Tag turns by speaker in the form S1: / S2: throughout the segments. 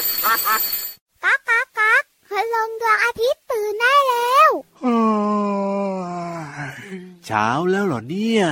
S1: ก๊ากก๊ากก๊ากพลงดวงอาทิตย์ตื่นได้แล้ว
S2: เช้าแล้วเหรอเนี่ย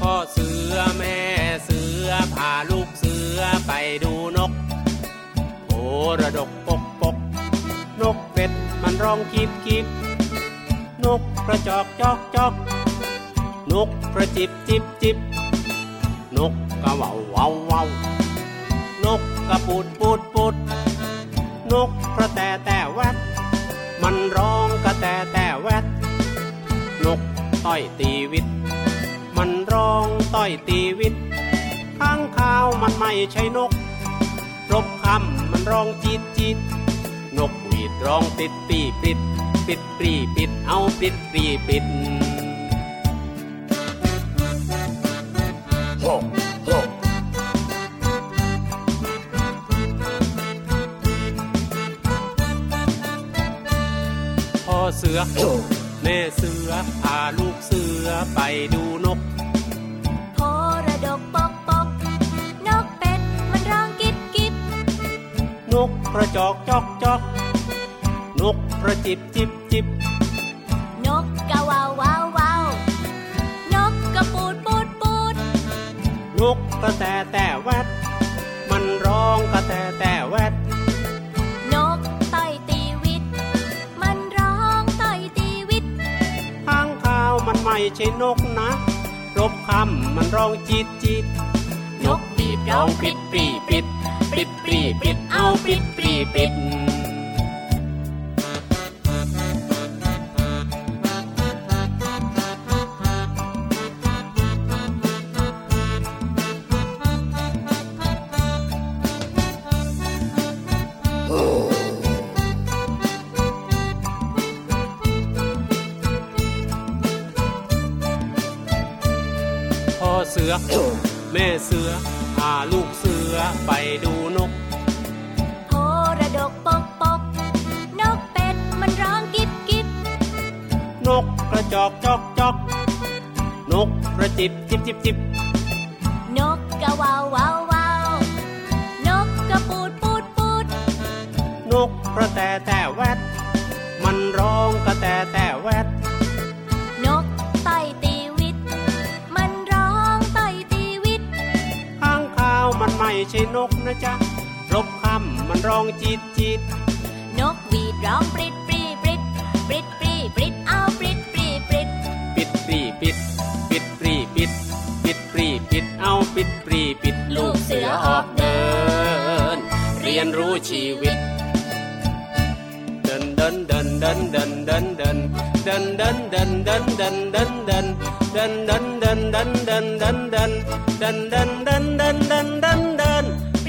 S3: พ่อเสือแม่เสือพาลูกเสือไปดูนกโอระดกปกปก นกเป็ดมันร้องคีบคีบนกกระจอกจอกจอกนกกระจิบจิบจิบนกกระเหว่าวเว่าวเว่านกกระปูดปูดปูดนกกระแตแต่แวดมันร้องกระแตแต่แวดนกต้อยตีวิต มันร้องต้อยตีวิตข้างข้าวมันไม่ใช่นกรบคำมันร้องจิตจิต นกหวีดร้องปิดปีปิด ปิดปรีปิดเอาปิดปรีปิด พ่อเสือ แม่เสือพาลูกเสือไปดูนก
S1: โพระดกปกปก นกเป็ดมันร้องกิบกิบ
S3: นกกระจอกจอกจอก นกกระจิบจิบจิบ
S1: นกกะวาววาววาวนกกระปูดปูดปูด
S3: นกกระแตแต่แวดมันร้องกระแตแต่แวด
S1: นกต่อยตีวิต มันร้องต่อยตีวิต
S3: ข้างข้าวมันไม่ใช่นกนะ รบคำมันร้องจิตจิต นกปีบร้องปิดปีปิด ปิดปีปิดเอาปิดปีปิด พ่อเสือ แม่เสือพาลูกเสือไปดูนก
S1: โพระดกปกปก นกเป็ดมันร้องกิบกิบ
S3: นกกระจอกจอกจอก นกกระจิบจิบจิบจิบ
S1: นกกะวาววาววาวนกกระปูดปูดปูด
S3: นกกระแตแต่แวดมันร้องกระแตแต่แวด
S1: นกต่อยตีวิต มันร้องต่อยตีวิต
S3: ข้างข้าวมันไม่ใช่นกนะจ๊ะรบคำมันร้องจิตจิต
S1: นกหวีดร้องปริดปรีปริดปริดปรีปริดเอาปริดปรีปริด
S3: ปิดปรีปิด ปิดปรีปิด ปิดปรีปิดเอาปิดปรีปิดลูกเสือออกเดิน เรียนรู้ชีวิต เดินเดินเดินเดินเดินเดินเดินเดินเดินเดินเดินเดินเดินเดินเดินเดินเดินเดินเดินเดินเดินเดินเดิ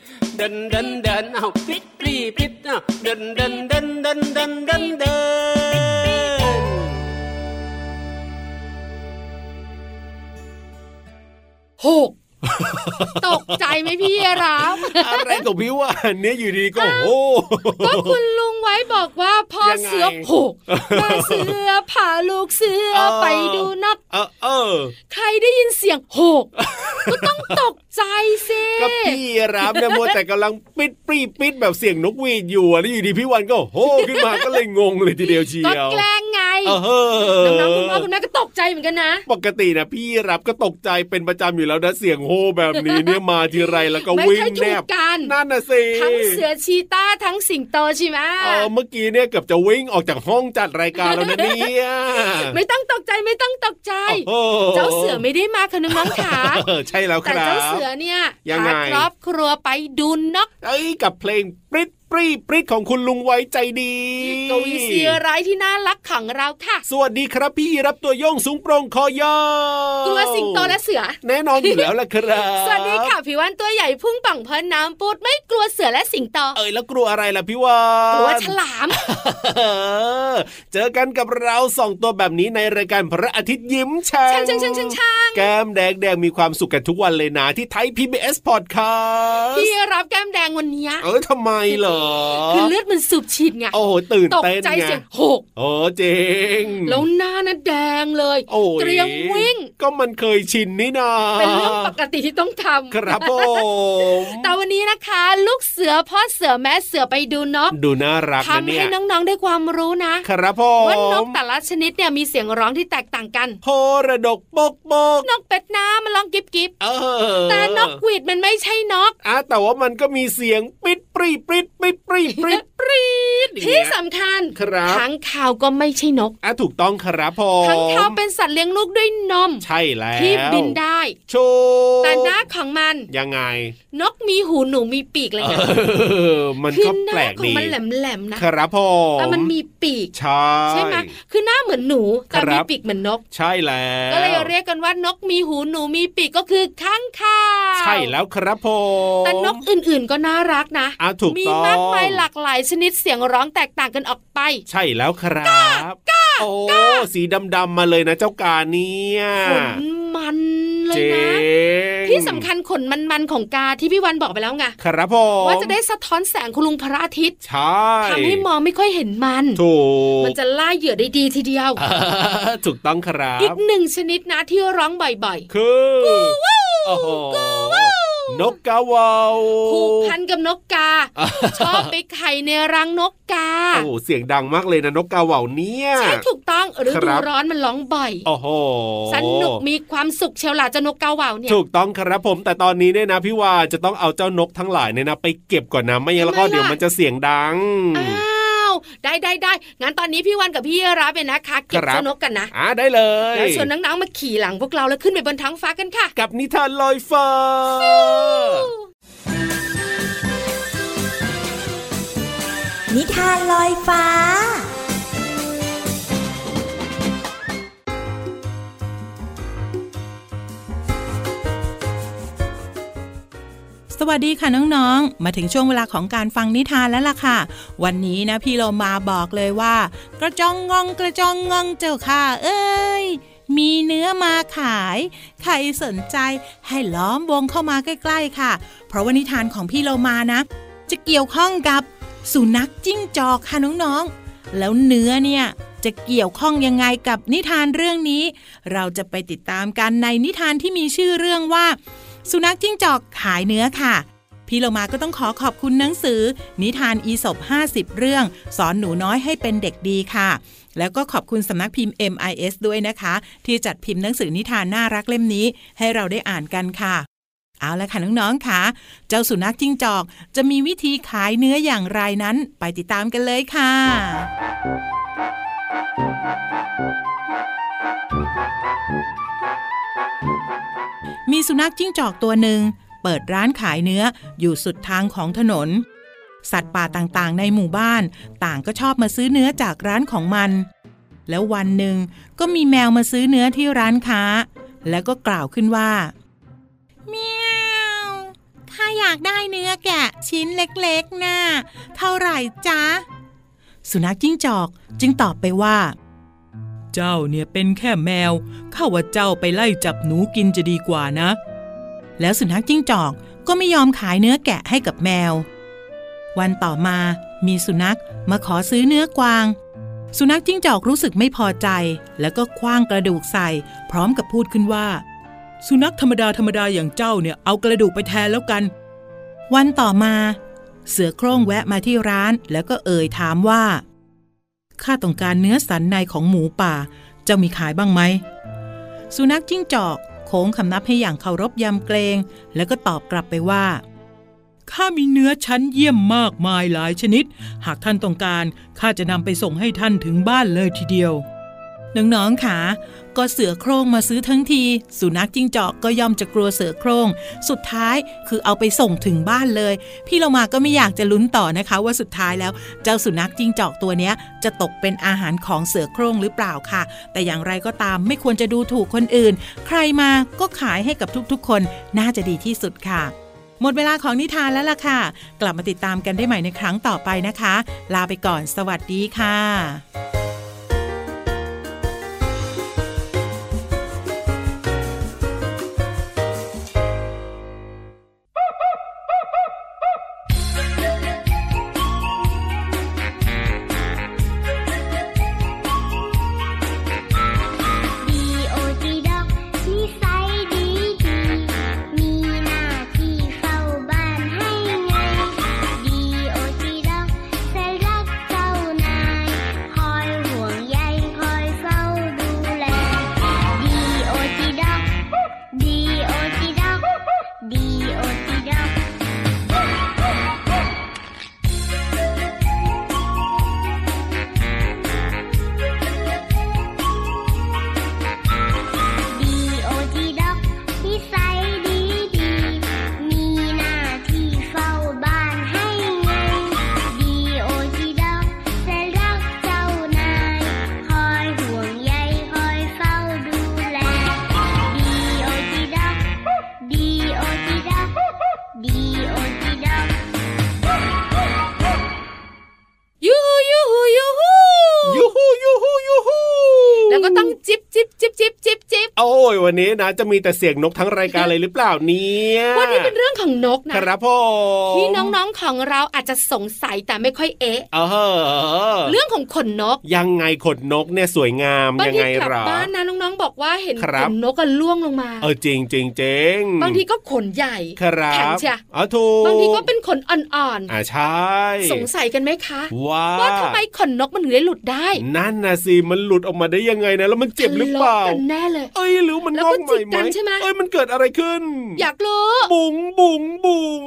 S3: ดันดันดันอ้าวปิดปรีปิดอ้าวดันดันดันดันดันดันดัน
S4: หกตกใจไหมพี่รับ
S5: อะไรกับพี่วานเนี่ยอยู่ดีๆก็โอ้โห
S4: ก็คุณลุงไว้บอก บอกว่าพ่อ
S5: ยังไง
S4: เสือหกแม่เสือพาลูกเสือไปดูนก
S5: เออเออ
S4: ใครได้ยินเสียงหกก็ต้องตกใจสิ
S5: ก็พี่รับเนี่ยมัวแต่กำลังปิดปรีปิดแบบเสียงนกหวีดอยู่อะแล้วอยู่ดีพี่วันก็โฮขึ้นมาก็เลยงงเลยทีเดียวเชี
S4: ก็
S5: ยว
S4: แกล้งไง
S5: เออเออ
S4: น้องๆคุณพ่อคุณแม่ก็ตกใจเหมือนกันนะ
S5: ปกตินะพี่รับก็ตกใจเป็นประจำอยู่แล้วนะเสียงโฮแบบนี้เนี่ยมาทีไรแล้วก็
S4: ไม่
S5: วิ่ง
S4: ค่อย
S5: แน
S4: ถูก
S5: บ
S4: กัน
S5: นั่นน่ะสิ
S4: ทั้งเสือชีต้าทั้งสิงโตใช่ไหม
S5: เออเมื่อกี้เนี่ยเกือบจะวิ่งออกจากห้องจัดรายการแล้วนะเนี่ย
S4: ไม่ต้องตกใจไม่ต้องตกใจ
S5: โอ้โห
S4: เจ้าเสือไม่ได้มาค่ะน้องๆขา
S5: เออใช่แล้วค
S4: แต่
S5: รับ
S4: เจ้าเสือเนี่ย
S5: ยังไง
S4: พาครอบครัวไปดูนก
S5: เอ้ยกับเพลงปริดปรีปริดของคุณลุงไว้ใจดี
S4: กวีเสียร้ายที่น่ารักของเราค่ะ
S5: สวัสดีครับพี่รับตัวโยงสูงโปรงคอยาว
S4: กลัวสิงโตและเสือ
S5: แน่นอนอยู่แล้วล่ะครับ
S4: สวัสดีค่ะพี่วันตัวใหญ่พุ่งป่องเพลินน้ำปูดไม่กลัวเสือและสิงโต
S5: เอ้ยแล้วกลัวอะไรล่ะพี่วาน
S4: กลัวฉลาม
S5: เออเจอกันกับเราสองตัวแบบนี้ในรายการพระอาทิตย์ยิ้มแฉ่
S4: ช่างช่างช่างช่างช่าง
S5: แก้มแดงแดงมีความสุขกันทุกวันเลยนะที่ไทย PBS Podcast
S4: พี่รับแก้มแดงวันเนี้ย
S5: เออทำไมเหรอ
S4: คือเลือดมันสูบฉีดไง
S5: โอ้โหตื่น
S4: ตก
S5: เต้น
S4: ใจ
S5: ไง
S4: เสียงหก
S5: โอ้เจ๋ง
S4: แล้วหน้าน่ะแดงเลย
S5: โอ้
S4: เตรียมวิ่ง
S5: ก็มันเคยชินนี่นา
S4: เป็นเรื่องปกติที่ต้องทำ
S5: ครับผม
S4: แต่วันนี้นะคะ ลูกเสือพ่อเสือแม่เสือไปดูนก
S5: ดูน่ารักนะ
S4: ทำ
S5: เนี่
S4: ให้
S5: ย
S4: น้องๆได้ความรู้นะครับ
S5: ผ
S4: ว่าน
S5: ม
S4: กแต่ละชนิดเนี่ยมีเสียงร้องที่แตกต่างกัน
S5: โพระดกปกปก
S4: นกเป็ดน้ำมันร้องกิบกิบ
S5: เออ
S4: แต่นกหวีดมันไม่ใช่นก
S5: อ่ะแต่ว่ามันก็มีเสียงปิดปรีปรีดปิดปรีปรีดปรีดอย่าง
S4: ที่
S5: เงี้ย
S4: สำคัญ
S5: ครับ
S4: ขังข่าวก็ไม่ใช่นก
S5: อ่ะถูกต้องครับผ
S4: ขัง
S5: ม
S4: ข่าวเป็นสัตว์เลี้ยงลูกด้วยนม
S5: ใช่แล้ว
S4: ที่บินได้
S5: โชว์
S4: แต่หน้าของมัน
S5: ยังไง
S4: นกมีหูหนูมีปีกอะไรเงี้ย
S5: เออมัน
S4: คือ
S5: ก็
S4: ห
S5: แปล
S4: น้าก ของ
S5: ดี
S4: มันแหลมๆนะ
S5: ครับผ
S4: แต่
S5: ม
S4: มันมีปีก
S5: ใช่
S4: ใช่ไหมคือหน้าเหมือนหนู แต่
S5: ค
S4: มี
S5: รับ
S4: ปีกเหมือนนก
S5: ใช่แล้ว
S4: ก็เลยเรียกกันว่านกมีหูหนูมีปีกก็คือข้างข่าว
S5: ใช่แล้วครับผม
S4: แต่นกอื่นๆก็น่ารักนะ
S5: อ่ะถูก
S4: มี
S5: ต้อง
S4: มากมายหลากหลายชนิดเสียงร้องแตกต่างกันออกไป
S5: ใช่แล้วครับก้าโอ้สีดำๆมาเลยนะเจ้ากาเนี่ย
S4: ขนมันเล
S5: เจ
S4: ยนะ
S5: ง
S4: ที่สำคัญขนมันๆของกาที่พี่วันบอกไปแล้วไง
S5: ครับผม
S4: ว่าจะได้สะท้อนแสงคุณลุงพระอาทิตย์
S5: ใช่
S4: ทำให้มองไม่ค่อยเห็นมัน
S5: ถูก
S4: มันจะล่าเหยื่อได้ดีทีเดียว
S5: อ่า ถูกต้องครั
S4: อี
S5: บ
S4: กหนึ่งชนิดนะที่ร้องบ่อยๆ
S5: คือโอ้โหนกกาวาว
S4: ผูกพันกับนกกา ชอบไปไข่ในรังนกกา
S5: โอ้โหเสียงดังมากเลยนะนกกาวาวเนี่ย
S4: ใช่ถูกต้องหรือ
S5: ค
S4: ดู
S5: รับ
S4: ร้อนมันร้องบ่อย
S5: โอ้โห
S4: สนุกมีความสุขเชียวหล่ะเจ้านกกาเหว่าวเนี่ย
S5: ถูกต้องครับผมแต่ตอนนี้เนี่ยนะพี่วานจะต้องเอาเจ้านกทั้งหลายเนี่ยนะไปเก็บก่อนนะไม่งั้นแล้วก็
S4: ทำไมล่ะ
S5: เดี๋ยวมันจะเสียงดัง
S4: อ้าวได้ได้ได้งั้นตอนนี้พี่วันกับพี่รับเนี่ยนะคะเก็บ
S5: ครับ
S4: เจ้านกกันนะ
S5: อ่าได้เลย
S4: แล้วชวนน้องๆมาขี่หลังพวกเราแล้วขึ้นไปบนท้องฟ้ากันค่ะ
S5: กับนิทานลอยฟ้า
S6: นิทานลอยฟ้า
S7: สวัสดีค่ะน้องๆ มาถึงช่วงเวลาของการฟังนิทานแล้วล่ะค่ะ วันนี้นะพี่เรามาบอกเลยว่า กระจองงองกระจองงองเจ้าค่ะ เอ้ย มีเนื้อมาขาย ใครสนใจให้ล้อมวงเข้ามาใกล้ๆค่ะ เพราะว่านิทานของพี่เรามานะ จะเกี่ยวข้องกับสุนัขจิ้งจอกค่ะน้องๆ แล้วเนื้อเนี่ยจะเกี่ยวข้องยังไงกับนิทานเรื่องนี้ เราจะไปติดตามกันในนิทานที่มีชื่อเรื่องว่า สุนัขจิ้งจอกขายเนื้อค่ะ พี่เรามาก็ต้องขอขอบคุณหนังสือ นิทานอีสบ50 เรื่อง สอนหนูน้อยให้เป็นเด็กดีค่ะ แล้วก็ขอบคุณสำนักพิมพ์ MIS ด้วยนะคะ ที่จัดพิมพ์หนังสือนิทานน่ารักเล่มนี้ ให้เราได้อ่านกันค่ะ เอาละค่ะน้องๆค่ะ เจ้าสุนัขจิ้งจอกจะมีวิธีขายเนื้ออย่างไรนั้น ไปติดตามกันเลยค่ะ มีสุนัขจิ้งจอกตัวหนึ่ง เปิดร้านขายเนื้ออยู่สุดทางของถนน สัตว์ป่าต่างๆ ในหมู่บ้าน ต่างก็ชอบมาซื้อเนื้อจากร้านของมัน แล้ววันหนึ่งก็มีแมวมาซื้อเนื้อที่ร้านค้า แล้วก็กล่าวขึ้นว่าเมียวข้าอยากได้เนื้อแกะชิ้นเล็กๆนะ่าเท่าไหร่จ๊ะ สุนัขจิ้งจอกจึงตอบไปว่า เจ้าเนี่ยเป็นแค่แมว ข้าว่าเจ้าไปไล่จับหนูกินจะดีกว่านะ แล้วสุนัขจิ้งจอกก็ไม่ยอมขายเนื้อแกะให้กับแมว วันต่อมามีสุนัข มาขอซื้อเนื้อกวาง สุนัขจิ้งจอกรู้สึกไม่พอใจ แล้วก็คว้างกระดูกใส่ พร้อมกับพูดขึ้นว่า สุนัขธรรมดาธรรมดาอย่างเจ้าเนี่ยเอากระดูกไปแทนแล้วกัน วันต่อมา เสือโคร่งแวะมาที่ร้าน แล้วก็เอ่ยถามว่า ข้าต้องการเนื้อสันในของหมูป่า เจ้ามีขายบ้างไหม สุนัขจิ้งจอกโค้งคำนับให้อย่างเคารพยำเกรง แล้วก็ตอบกลับไปว่า ข้ามีเนื้อชั้นเยี่ยมมากมายหลายชนิด หากท่านต้องการ ข้าจะนำไปส่งให้ท่านถึงบ้านเลยทีเดียว น้องๆค่ะ ก็เสือโคร่งมาซื้อทั้งที สุนัขจิ้งจอกก็ยอมจะกลัวเสือโคร่ง สุดท้ายคือเอาไปส่งถึงบ้านเลย พี่เรามาก็ไม่อยากจะลุ้นต่อนะคะ ว่าสุดท้ายแล้ว เจ้าสุนัขจิ้งจอกตัวเนี้ย จะตกเป็นอาหารของเสือโคร่งหรือเปล่าค่ะ แต่อย่างไรก็ตามไม่ควรจะดูถูกคนอื่น ใครมาก็ขายให้กับทุกๆ คนน่าจะดีที่สุดค่ะ หมดเวลาของนิทานแล้วล่ะค่ะ กลับมาติดตามกันได้ใหม่ในครั้งต่อไปนะคะ ลาไปก่อนสวัสดีค่ะ
S2: ดีโอจีด็อกนิสัยดีดีมีหน้าที่เฝ้าบ้านให้ไงดีโอจีด็อกใจรักเจ้านายคอยห่วงใยคอยเฝ้าดูแลดีโอจีด็อกดีโอจีด็อกดีโอจีด็อก ดีโอจีด็อกนิสัยดีดี มีหน้าที่เฝ้าบ้านให้ไงดีโอจีด็อกจะรักเจ้านาย คอยห่วงใยคอยเฝ้าดูแลดีโอจีด็อกดีโอจีด็อกดีโอจีด็อก
S4: ยูฮูยูฮูยูฮู
S5: ยูฮูยูฮูยูฮู
S4: แล้วก็ต้องจิบจิบจิบจิบจิบจิบ
S5: โอ้ยวันนี้นะจะมีแต่เสียงนกทั้งรายการเลยหรือเปล่าเนี่ย
S4: วันนี้เป็นเรื่องของนกนะครับ
S5: ผม
S4: ที่น้องๆของเราอาจจะสงสัยแต่ไม่ค่อยเอ๊ะ
S5: เออ
S4: เรื่องของขนนก
S5: ยังไงขนนกเนี่ยสวยงาม
S4: บาง
S5: ยัง
S4: ที
S5: ไง
S4: กลั
S5: หรอ
S4: บ้านนะน้องๆบอกว่าเห็น
S5: ครั
S4: ข
S5: บ
S4: นนกก็ล่วงลงมา
S5: เออจริงจริงจริง
S4: บางทีก็ขนใหญ่
S5: ครับ
S4: แข็งเชีย
S5: อ๋อถูก
S4: บางทีก็เป็นขนอ่อน
S5: อ่าใช่
S4: ๆ สงสัยกันไหมคะ
S5: ว่า
S4: ว่าทำไมขนนกมันถึงได้หลุดได้
S5: นั่นนะสิมันหลุดออกมาได้ยังไงนะแล้วมันเจ็บหรือเปล่า
S4: ทะะกันแน่เลย
S5: เอ้ยหรือมัน
S4: แล้ว
S5: งอ
S4: ก็
S5: กให
S4: จิก
S5: ม่ไหม
S4: กันใช่ไหม
S5: เอ้ยมันเกิดอะไรขึ้น
S4: อยากรู้
S5: บุ๋งบุ๋งบุ๋ง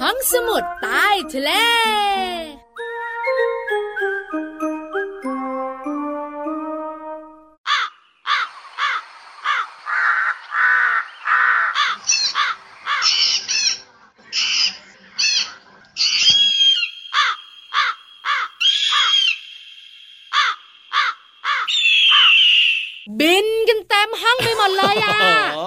S4: ห้องสมุดใต้ทะเล บินกันเต็มห้องไปหมดเลยอ่ะ
S5: อ๋อ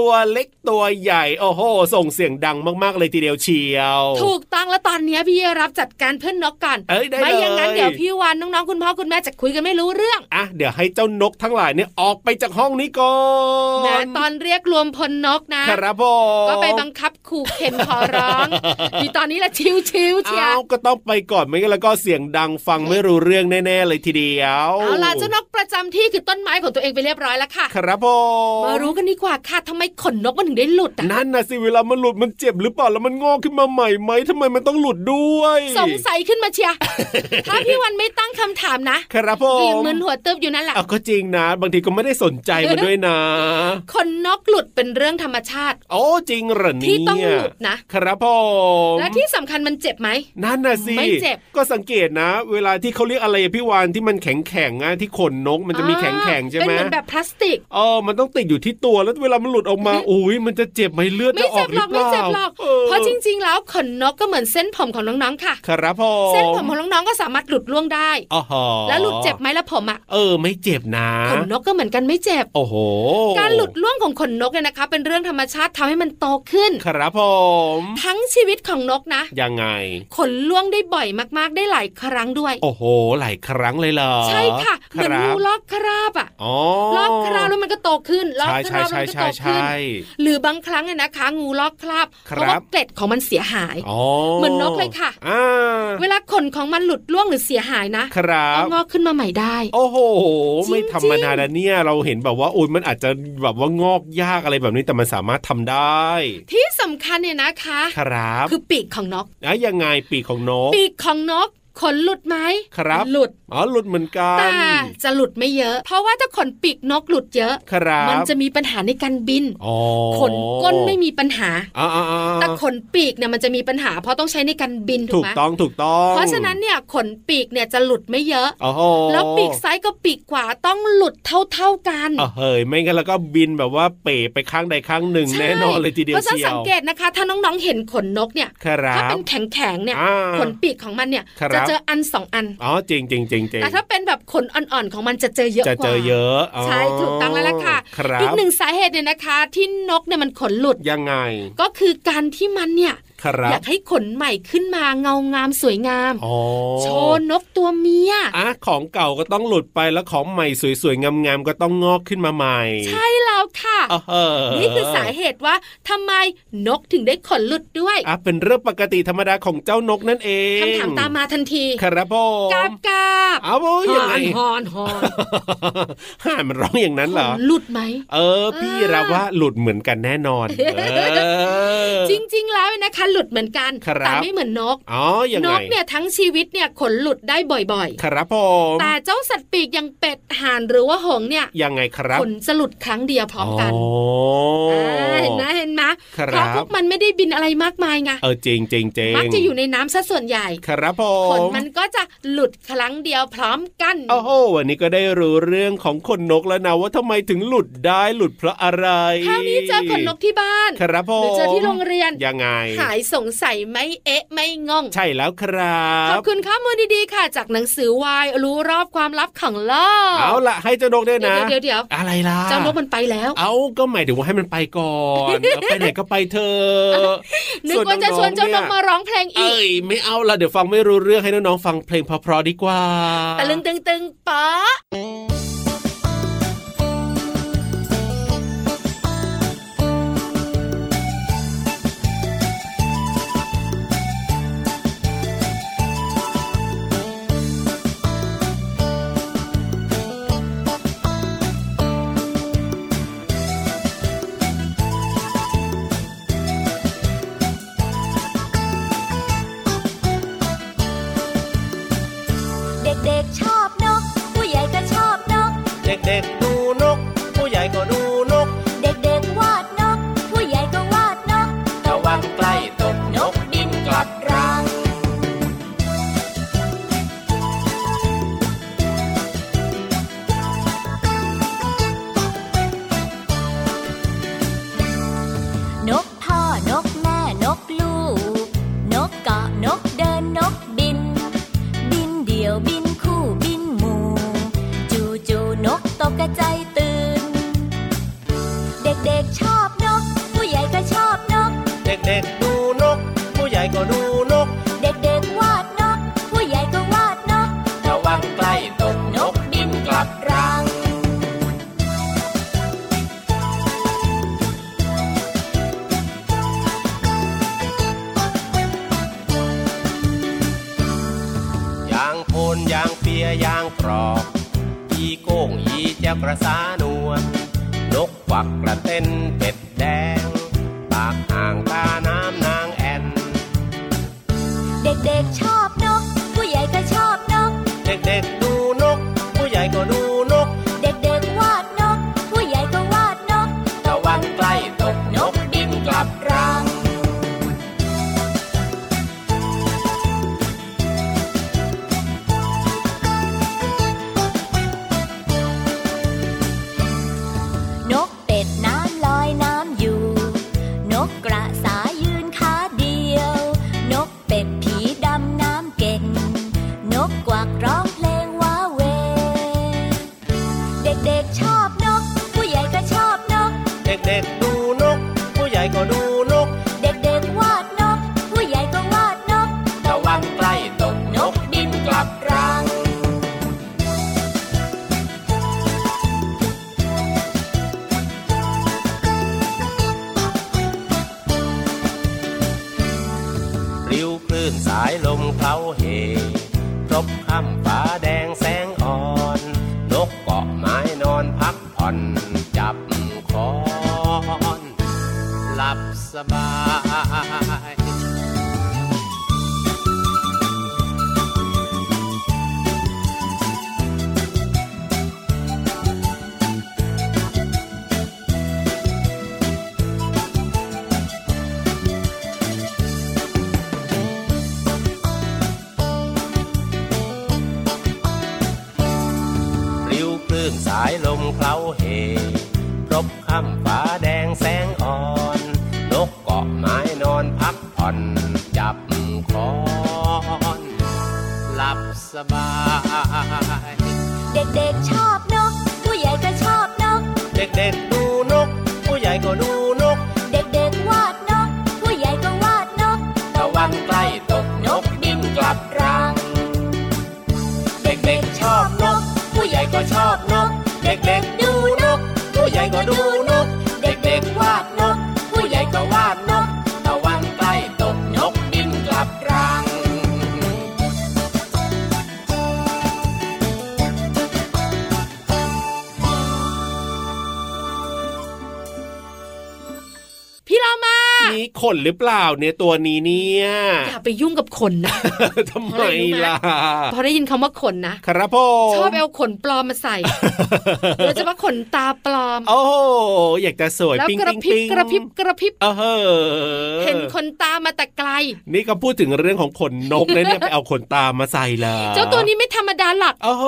S5: ตัวเล็กตัวใหญ่ โอ้โห ส่งเสียงดังมากๆเลยทีเดียวเชียว
S4: ถูกต้องแล้วตอนเนี้ยพี่รับจัดการเพื่อนนกก่อน
S5: เอ้ยได้
S4: ไม่อย่างนั้น
S5: เลย
S4: เดี๋ยวพี่วานน้องๆคุณพ่อคุณแม่จะคุยกันไม่รู้เรื่อง
S5: อ่ะเดี๋ยวให้เจ้านกทั้งหลายเนี่ยออกไปจากห้องนี้ก่อน
S4: นะตอนเรียกรวมพลนกนะ
S5: ครับผม
S4: ก็ไปบังคับขู่เข็นขอร้ องดีตอนนี้ละชิวชิวๆเชีย
S5: อ้าวก็ต้องไปก่อนไม่งั้นแล้วก็เสียงดังฟังไม่รู้เรื่องแน่ๆเลยทีเดียว
S4: เอาล่ะเจ้านกประจำที่คือต้นไม้ของตัวเองไปเรียบร้อยแล้วค่ะ
S5: ครับผม
S4: มารู้กันดีกว่าค่ะทำไมขนนกมันถึงได้หลุดอ่ะ
S5: นั่นนะสิเวลามันหลุดมันเจ็บหรือเปล่าแล้วมันงอกขึ้นมาใหม่ไหมทำไมมันต้องหลุดด้วย
S4: สงสัยขึ้นมาเชียร์ ถ้าพี่วันไม่ตั้งคำถามนะครับ
S5: ผ
S4: ก็ยัง
S5: ม
S4: มึนหัวเติบอยู่นั่นแหละ
S5: เอาก็จริงนะ บางทีก็ไม่ได้สนใจมันด้วย นะ
S4: ขนนกหลุดเป็นเรื่องธรรมชาติ
S5: โอ้จริงเหรอเนี่ย
S4: ที่ต้องหลุดนะ
S5: ครับผม
S4: และที่สำคัญมันเจ็บไหม
S5: นั่นน่ะสิ
S4: ไม่เจ็บ
S5: ก็สังเกตนะ เวลาที่เขาเรียกอะไรอะพี่วานที่มันแข็งแข็งๆอะที่ขนนกมันจะมี
S4: อ่า
S5: แข็งแข็งๆใช่
S4: เป็น
S5: ไหม
S4: เหมือนแบบพลาสติก
S5: เออมันต้องติดอยู่ที่ตัวแล้วเวลามันหลุดออกมา
S4: อืม
S5: อุ้ยมันจะเจ็บไหมเลือด
S4: ไม่
S5: จะอ
S4: เจ็
S5: อบ ก
S4: ห
S5: ห
S4: ร
S5: รือ อก เป
S4: ไม่
S5: ล่า
S4: เจ็บหรอก
S5: ออ
S4: เพราะจริง ๆ แล้วขนนกก็เหมือนเส้นผมของน้องๆค่ะ
S5: ครับผม
S4: เส้นผมของน้องๆก็สามารถหลุดล่วงได้
S5: อ๋อฮะ
S4: แล้วหลุดเจ็บไหมล่ะผมอ่ะ
S5: เออ ไม่เจ็บนะ
S4: ขนนกก็เหมือนกันไม่เจ็บ
S5: โอ้โห
S4: การหลุดล่วงของขนนกเนี่ยนะคะ เป็นเรื่องธรรมชาติทำให้มันโตขึ้น
S5: ครับผม
S4: ทั้งชีวิตของนกนะ
S5: ยังไง
S4: ขนล่วงได้บ่อยมากๆ ได้หลายครั้งด้วย
S5: โอ้โหหลายครั้งเลยเหรอ
S4: ใช่ค่ะ เหมือน
S5: รับ
S4: งูลอกคราบอ่ะ
S5: อ๋อ
S4: ลอกคราบแล้วมันก็โตขึ้นลอกค
S5: ใช่ใช่
S4: ราบแล้ว
S5: ใช่
S4: มันก็โต
S5: ใช่ใช่
S4: ขึ้น
S5: ช่
S4: หรือบางครั้งอะนะคะ งูลอกคราบ
S5: ค
S4: เพ
S5: รับ
S4: ราะว่าเกล็ดของมันเสียหาย
S5: อ๋อ
S4: เหมือนนกเลยค่ะ
S5: อ่า
S4: เวลาขนของมันหลุดล่วงหรือเสียหายนะครับ ก็งอกขึ้นมาใหม่ได้
S5: โอ้โห
S4: จริงๆ
S5: ไม่ธรรมดานะเนี่ยเราเห็นแบบว่าโอ้ยมันอาจจะแบบว่างอกยากอะไรแบบนี้แต่มันสามารถทำได้
S4: ที่สำคัญเนี่ยนะคะ
S5: ครับ
S4: อปีกของนก
S5: นะยังไงปีกของนก
S4: ปีกของนกขนหลุดไหม
S5: ครับ
S4: หลุด
S5: อ๋อหลุดเหมือนกัน
S4: แต่จะหลุดไม่เยอะ เพราะว่าถ้าขนปีกนกหลุดเยอะ
S5: ครับ
S4: มันจะมีปัญหาในการบิน
S5: อ๋อ
S4: ขนก้นไม่มีปัญหา
S5: อ่าอ่าอ่า
S4: แต่ขนปีกเนี่ยมันจะมีปัญหา เพราะต้องใช้ในการบินถูก
S5: ถูก
S4: ไหม
S5: ต้องถูกต้อง
S4: เพราะฉะนั้นเนี่ยขนปีกเนี่ยจะหลุดไม่เยอะ
S5: โอ้โห
S4: แล้วปีกซ้ายกับปีกขวาต้องหลุดเท่าๆกัน
S5: เออเฮ้ยไม่งั้นแล้วก็บินแบบว่าเป๋ไปข้างใดข้างหนึ่ง
S4: ใช่
S5: แน่นอนเลยทีเดียว
S4: เพราะฉะนั้น
S5: เชีย
S4: สัง
S5: ว
S4: เกตนะคะ ถ้าน้องๆเห็นขนนกเนี่ย
S5: ครั
S4: ถ้า
S5: บ
S4: เป็นแข็งๆเนี่ย
S5: อ่า
S4: ขนปีกของมันเนี่ย
S5: ครับ
S4: จะเจออันสองอัน
S5: อ๋อจริงจริงจริงจริง
S4: แต่ถ้าเป็นแบบขนอ่อนๆของมันจะเจอเยอะ
S5: จะ
S4: กว่า
S5: เจอเยอะอ๋อ
S4: ใช่ถูกต้องแล้วล่ะค่ะ
S5: ครับ
S4: อีกหนึ่งสาเหตุเนี่ยนะคะ ที่นกเนี่ยมันขนหลุด
S5: ยังไง
S4: ก็คือการที่มันเนี่ย
S5: ครั
S4: อยา
S5: บ
S4: กให้ขนใหม่ขึ้นมาเงางามสวยงาม
S5: อ๋อ
S4: โชว์นกตัวเมีย
S5: อ่ะของเก่าก็ต้องหลุดไปแล้วของใหม่สวยๆงามๆก็ต้องงอกขึ้นมาใหม่
S4: ใช่แล้วค่ะ
S5: เออเออ
S4: นี่คือสาเหตุว่าทำไมนกถึงได้ขนหลุดด้วย
S5: อ่ะเป็นเรื่องปกติธรรมดาของเจ้านกนั่นเอง
S4: คำถามตามมาทันที
S5: ครับผม
S4: กาบกาบ
S5: เอาโว้ย
S4: ห
S5: ยัง
S4: อ
S5: ไง
S4: นหอนหอน
S5: ห่ามันร้องอย่างนั้นเหรอ
S4: ขนหลุดไหม
S5: เออ พี่
S4: อ่า
S5: เราว่าหลุดเหมือนกันแน่นอนเออ
S4: จริง ๆ แล้วนะคะ หลุดเหมือนกัน
S5: ครับ
S4: แต่ไม่เหมือนนก
S5: อ๋อยัง
S4: น
S5: ไง
S4: กเนี่ยทั้งชีวิตเนี่ยขนหลุดได้บ่อย ๆ
S5: ครับผม
S4: แต่เจ้าสัตว์ปีกอย่างเป็ดห่านหรือว่าหงส์เนี่ย
S5: ยังไงครับ
S4: ขนจะหลุดครั้งเดียวพร้อมกัน
S5: อ๋อ
S4: อ่าเห็นไหม
S5: นะ
S4: เห็นไหม
S5: ครับ
S4: เพราะพวกมันไม่ได้บินอะไรมากมายไง
S5: เออจริงจริงจริง
S4: มักจะอยู่ในน้ำซะส่วนใหญ่
S5: ครับผ
S4: ขน
S5: ม
S4: มันก็จะหลุดครั้งเดียวพร้อมกัน
S5: โอ้โหวันนี้ก็ได้รู้เรื่องของขนนกแล้วนะว่าทำไมถึงหลุดได้หลุดเพราะอะไร
S4: คราวนี้เจอขนนกที่บ้าน
S5: ครับผม
S4: หรือเจอที่โรงเรียน
S5: ยังไง
S4: หายสงสัยไหม่เอ๊ะไม่งง
S5: ใช่แล้วครั
S4: ขอ
S5: บบ
S4: คุณข้อมูลดีๆค่ะ จากหนังสือวายรู้รอบความลับของโลก
S5: เอาล่ะให้เจ้านกด้วยนะ
S4: เดี๋ยวเดี๋ยวๆ
S5: อะไรล่ะ
S4: ๆเจ้านกมันไปแล้ว
S5: เอาก็หมายถึงว่าให้มันไปก่ อนเอาไปไหนก็ไปเถอะ
S4: นึกว่าจะชวนเจ้านกมาร้องเพลงอีก
S5: เอ้ยไม่เอาล่ะเดี๋ยวฟังไม่รู้เรื่องให้น้องๆฟังเพลงเพราะๆดีกว่า
S4: ตะลึงตึงตึงปะ
S1: เด็กๆชอบนก ผู้ใหญ่ก็ชอบนก
S3: เด็กๆดูนก ผู้ใหญ่ก็ดูนก
S1: เด็กๆวาดนก ผู้ใหญ่ก็วาดนก
S3: ระวังใกล้ตกนกบินกลับรัง
S1: นกพ่อนกแม่นกลูก นกเกาะนกเดินนกบิน บินเดี่ยวบินคู่บินหมู่ จูจูๆนกตกกระจายตื่น เด็กๆชอบนก ผู้ใหญ่ก็ชอบนก
S3: เด็กๆดูนก ผู้ใหญ่ก็ดูนก
S1: เด็กๆวาดนก ผู้ใหญ่ก็วาดนก
S3: ระวังใกล้ตกนกบินกลับรัง ยางโพนยางเปียยางกรอกยีโก้งยีแจวกระสานวลนกควักกระเต้นเป็ดแดง ปากอ่างตาน้ำนางแอน
S1: เด็กๆชอบนก ผู้ใหญ่ก็ชอบนก
S3: เด็กๆดูนก ผู้ใหญ่ก็ดูนก
S1: เด็กๆวาดนก ผู้ใหญ่ก็วาดนก
S3: ตะวันใกล้ตกนกบินกลับรัง
S1: นกเป็ดน้ำลอยน้ำอยู่ นกกระสา
S8: นสายลมเคล้าเหครบค่ำฟ้าแดงแสงอ่อน นกเกาะไม้นอนพักผ่อน จับคอน หลับสบาย ริ้วคลื่นสายลมเคล้าเหพรบค่ำฟ้าแดงแสงอ่อน นกเกาะไม้นอนพักผ่อน จับคอน หลับสบาย
S9: เด็กๆชอบนก ผู้ใหญ่ก็ชอบนก
S8: เด็กๆดูนก ผู้ใหญ่ก็ดูนก
S9: เด็กๆวาดนก ผู้ใหญ่ก็วาดนก
S8: ตะวันใกล้ตกนกบินกลับรัง เด็กๆชอบนก ผู้ใหญ่ก็ชอบนก เด็กๆดูนก ผู้ใหญ่ก็ดูนก เด็กๆวาดนก ผู้ใหญ่ก็วาดนก ตะวันใกล้ตกนกบินกลับรัง
S4: พี่เรามา
S5: นี่ขนหรือเปล่าเนี่ยตัวนี้เนี่ย
S4: อย่าไปยุ่งกับขนนะ
S5: ทำไมล่ะ
S4: พอได้ยินคำว่าขนนะครับ
S5: ผม
S4: ชอบเอาขนปลอมมาใส่ โดยเฉพาะขนตาปลอม
S5: โอ้โหอยากจะสวย
S4: แล้ว
S5: ปิ๊ง
S4: กระ
S5: ปิ๊ง
S4: พริบ
S5: ปิ๊ง
S4: กระพริบกระพริบ
S5: เออเฮ้อ
S4: เห็นคนตามมาแต่ไกล
S5: นี่ก็พูดถึงเรื่องของขนนกนะเนี่ยไปเอาขนตามมาใส่ล่ะ
S4: เจ้าตัวนี้ไม่ธรรมดาหลัก
S5: โอ้โห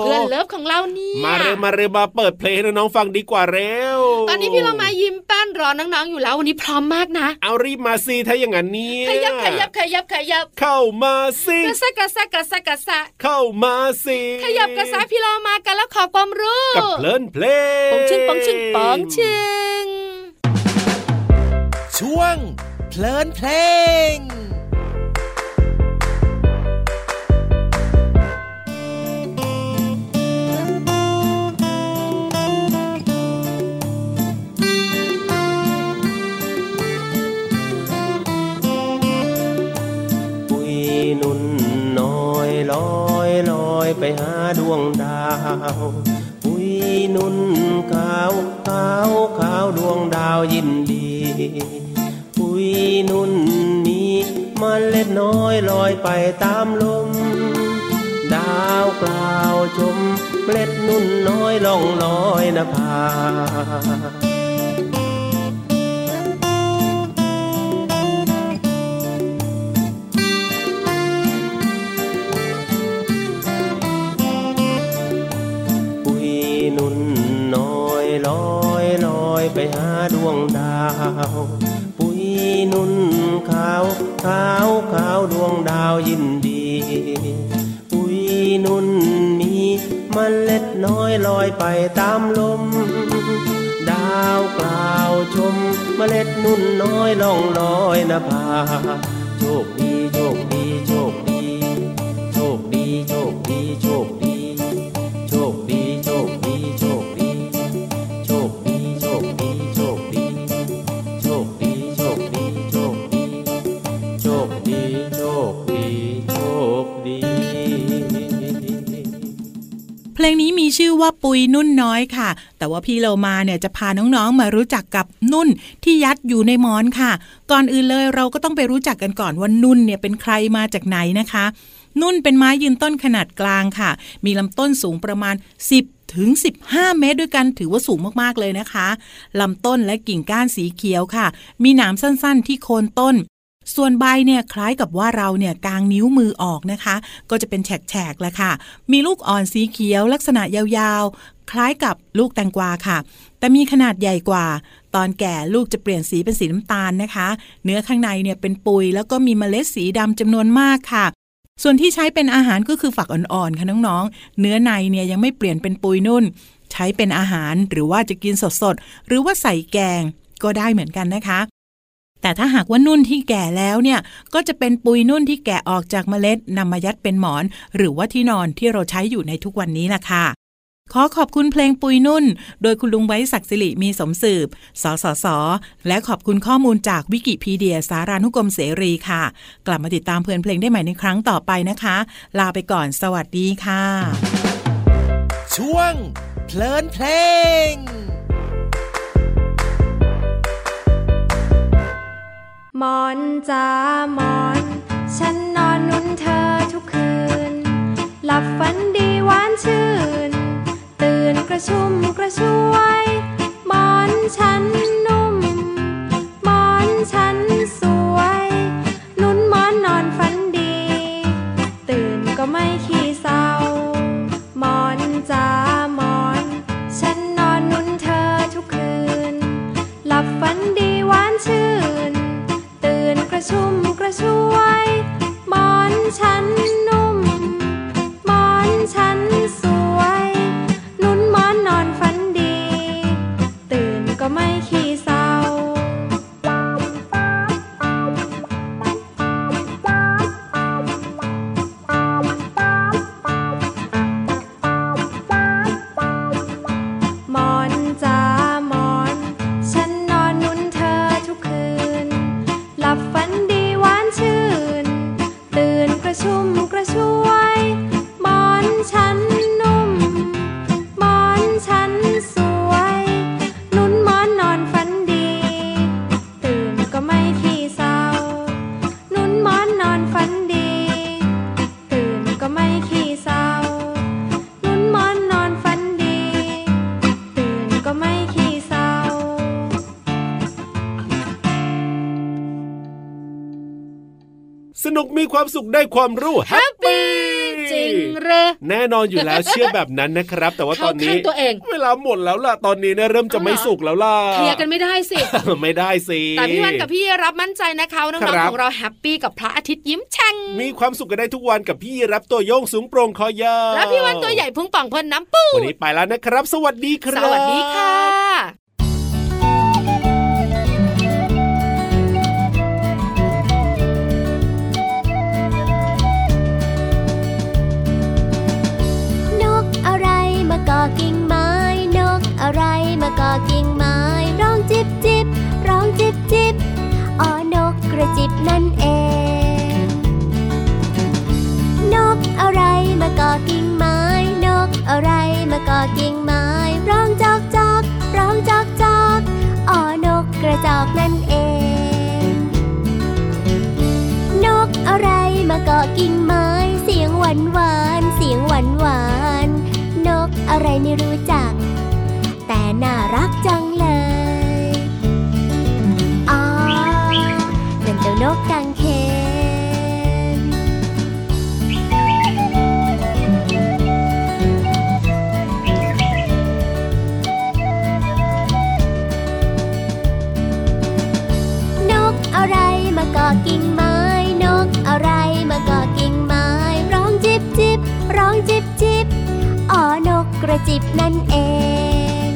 S4: เพื่อนเลิฟของเราเนี่ย
S5: มาเร็วมาเร็วมาเปิดเพลงให้น้องๆฟังดีกว่าเร็ว
S4: ตอนนี้พี่เรามายิ้มแป้นรอน้องๆอยู่แล้ววันนี้พร้อมมากนะ
S5: เอารีบมาสิถ้าอย่างนั้นเนี่ย
S4: ขยับขยับขยับขยับ
S5: เข้ามาสิ
S4: กระแซะกระแซะกระแซะกระแซะ
S5: เข้ามาสิ
S4: ขยับกระแซะพี่เรามากันแล้วขอความรู้
S5: กับเพลินเพลง
S4: ปองชึงปองชึงปองชึง
S1: ช่วง เพลินเพลง
S8: ปุยนุ่นน้อยลอยลอยไปหาดวงดาว ปุยนุ่นขาวขาวขาวดวงดาวยินดี ปุยนุ่นนี้มันเล็ดน้อยลอยไปตามลม ดาวกล่าวชมเมล็ดนุ่นน้อยล่องลอยนภา ปุยนุ่นน้อยลอยลอยไปหาดวงดาว ปุยนุ่นขาวขาวขาวดวงดาวยินดี ปุยนุ่นมีมเมล็ดน้อยลอยไปตามลม ดาวกล่าวชมมเมล็ดนุ่นน้อยล่องลอยนภาโชคดีโชคดีโชคดี โชคดีโชคดีโชคดี โชคดีโชคดีโชคดีโชคดีโชคดีโชคดีโชคดีโชคดีโชคดีโชคดีโชคดีโชคดี
S7: เพลงนี้มีชื่อว่าปุยนุ่นน้อยค่ะ แต่ว่าพี่เรามาเนี่ยจะพาน้องๆมารู้จักกับนุ่นที่ยัดอยู่ในหมอนค่ะ ก่อนอื่นเลยเราก็ต้องไปรู้จักกันก่อนว่านุ่นเนี่ยเป็นใครมาจากไหนนะคะ นุ่นเป็นไม้ยืนต้นขนาดกลางค่ะ มีลำต้นสูงประมาณ 10 ถึง 15 เมตรด้วยกันถือว่าสูงมากๆเลยนะคะลำต้นและกิ่งก้านสีเขียวค่ะ มีหนามสั้นๆ ที่โคนต้น ส่วนใบเนี่ยคล้ายกับว่าเราเนี่ยกางนิ้วมือออกนะคะ ก็จะเป็นแฉกๆแหละค่ะ มีลูกอ่อนสีเขียวลักษณะยาวๆ คล้ายกับลูกแตงกวาค่ะ แต่มีขนาดใหญ่กว่า ตอนแก่ลูกจะเปลี่ยนสีเป็นสีน้ำตาลนะคะ เนื้อข้างในเนี่ยเป็นปุย แล้วก็มีเมล็ดสีดำจำนวนมากค่ะ ส่วนที่ใช้เป็นอาหารก็คือฝักอ่อนๆ ค่ะน้องๆ เนื้อในเนี่ยยังไม่เปลี่ยนเป็นปุยนุ่น ใช้เป็นอาหารหรือว่าจะกินสดๆ หรือว่าใส่แกงก็ได้เหมือนกันนะคะ แต่ถ้าหากว่านุ่นที่แก่แล้วเนี่ย ก็จะเป็นปุยนุ่นที่แกะออกจากเมล็ดนำมายัดเป็นหมอน หรือว่าที่นอนที่เราใช้อยู่ในทุกวันนี้ล่ะค่ะ ขอขอบคุณเพลงปุยนุ่น โดยคุณลุงไว้ศักดิ์สิริมีสมสืบ สสส และขอบคุณข้อมูลจากวิกิพีเดียสารานุกรมเสรีค่ะ กลับมาติดตามเพลินเพลงได้ใหม่ในครั้งต่อไปนะคะ ลาไปก่อนสวัสดีค่ะ
S1: ช่วง เพลินเพลง
S6: หมอนจ้าหมอน ฉันนอนนุ่นเธอทุกคืน หลับฝันดีหวานชื่น ตื่นกระชุ่มกระชวยหมอนฉันนุ่มหมอนฉันสวย นุ่นหมอนนอนฝันดี ตื่นก็ไม่ขี้เศร้าหมอนจ้าหมอน ฉันนอนนุ่นเธอทุกคืน หลับฝันดีหวานชื่น ตื่นกระชุ่มกระชวยหมอนฉันนุ่มหมอนฉันสวย นุ่นหมอนนอนฝันดี ตื่นก็ไม่ขี้เศร้า หมอนจ้าหมอน ฉันนอนนุ่นเธอทุกคืน หลับฝันดีหวานชื่น ตื่นกระชุ่มกระชวยหมอนฉันนุ่มหมอนฉันสวย นุ่นหมอนนอนฝันดี ตื่นก็ไม่ขี้เศร้า นุ่นหมอนนอนฝันดี ตื่นก็ไม่ขี้เศร้า นุ่นหมอนนอนฝันดี ตื่นก็ไม่ขี้เศร้า
S5: สนุกมีความสุขได้ความรู้แฮปปี้
S4: จริงเหรอ
S5: แน่นอนอยู่แล้ว เชื่อแบบนั้นนะครับ แต่ว่าตอนนี้
S4: เข้าข้างตัวเอง
S5: เวลาหมดแล้วล่ะตอนนี้เนี่ยเริ่มจะไม่สุกแล้วล่ะ
S4: เคลียร์กันไม่ได้สิ
S5: ไม่ได้สิ
S4: แต่พี่วันกับพี่รับมั่นใจนะคะว่า
S5: ค
S4: น้
S5: รั
S4: อง
S5: บ
S4: ๆของเราแฮปปี้กับพระอาทิตย์ยิ้มแฉ่ง
S5: มีความสุขกันได้ทุกวันกับพี่รับตัวโยงสูงโปร่งคอยาว
S4: แล้วพี่วันตัวใหญ่พุงป่องพ่นน้ำปู
S5: วันนี้ไปแล้วนะครับ สวัสดีค
S4: ส
S5: รับ
S4: วัสดีค่ะ
S9: นกอะไรมาเกาะกิ่งไม้ นกอะไรมาเกาะกิ่งไม้ ร้องจิบจิบร้องจิบจิบอ๋อนกกระจิบนั่นเอง นกอะไรมาเกาะกิ่งไม้ นกอะไรมาเกาะกิ่งไม้ ร้องจอกจอกร้องจอกจอกอ๋อนกกระจอกนั่นเอง นกอะไรมาเกาะกิ่งไม้ เสียงหวานหวานๆเสียงหวานหวานๆนกอะไรไม่รู้จัก แต่น่ารักจังเลยอ๋อนั่นเจ้านกกังเขน นกอะไรมาเกาะกิ่งไม้ นกอะไรมาเกาะกิ่งไม้ ร้องจิบจิบร้องจิบจิบอ๋อนกกระจิบนั่นเอง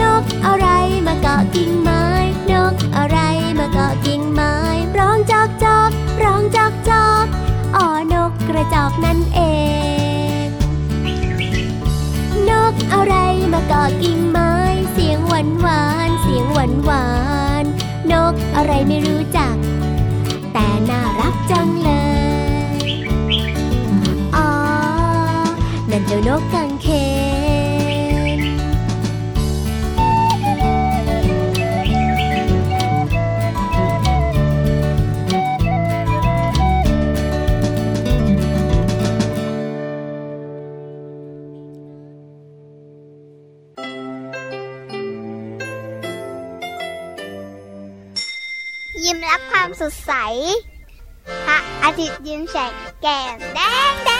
S9: นกอะไรมาเกาะกิ่งไม้ นกอะไรมาเกาะกิ่งไม้ ร้องจอกจอกร้องจอกจอกอ๋อนกกระจอกนั่นเอง นกอะไรมาเกาะกิ่งไม้ เสียงหวานหวานๆเสียงหวานหวานๆนกอะไรไม่รู้จัก แต่น่ารักจังเลย อ๋อ นั่นเจ้านกกังเขน
S2: ยิ้มรับความสดใส พระอาทิตย์ยิ้มแฉกแก้มแดงแดง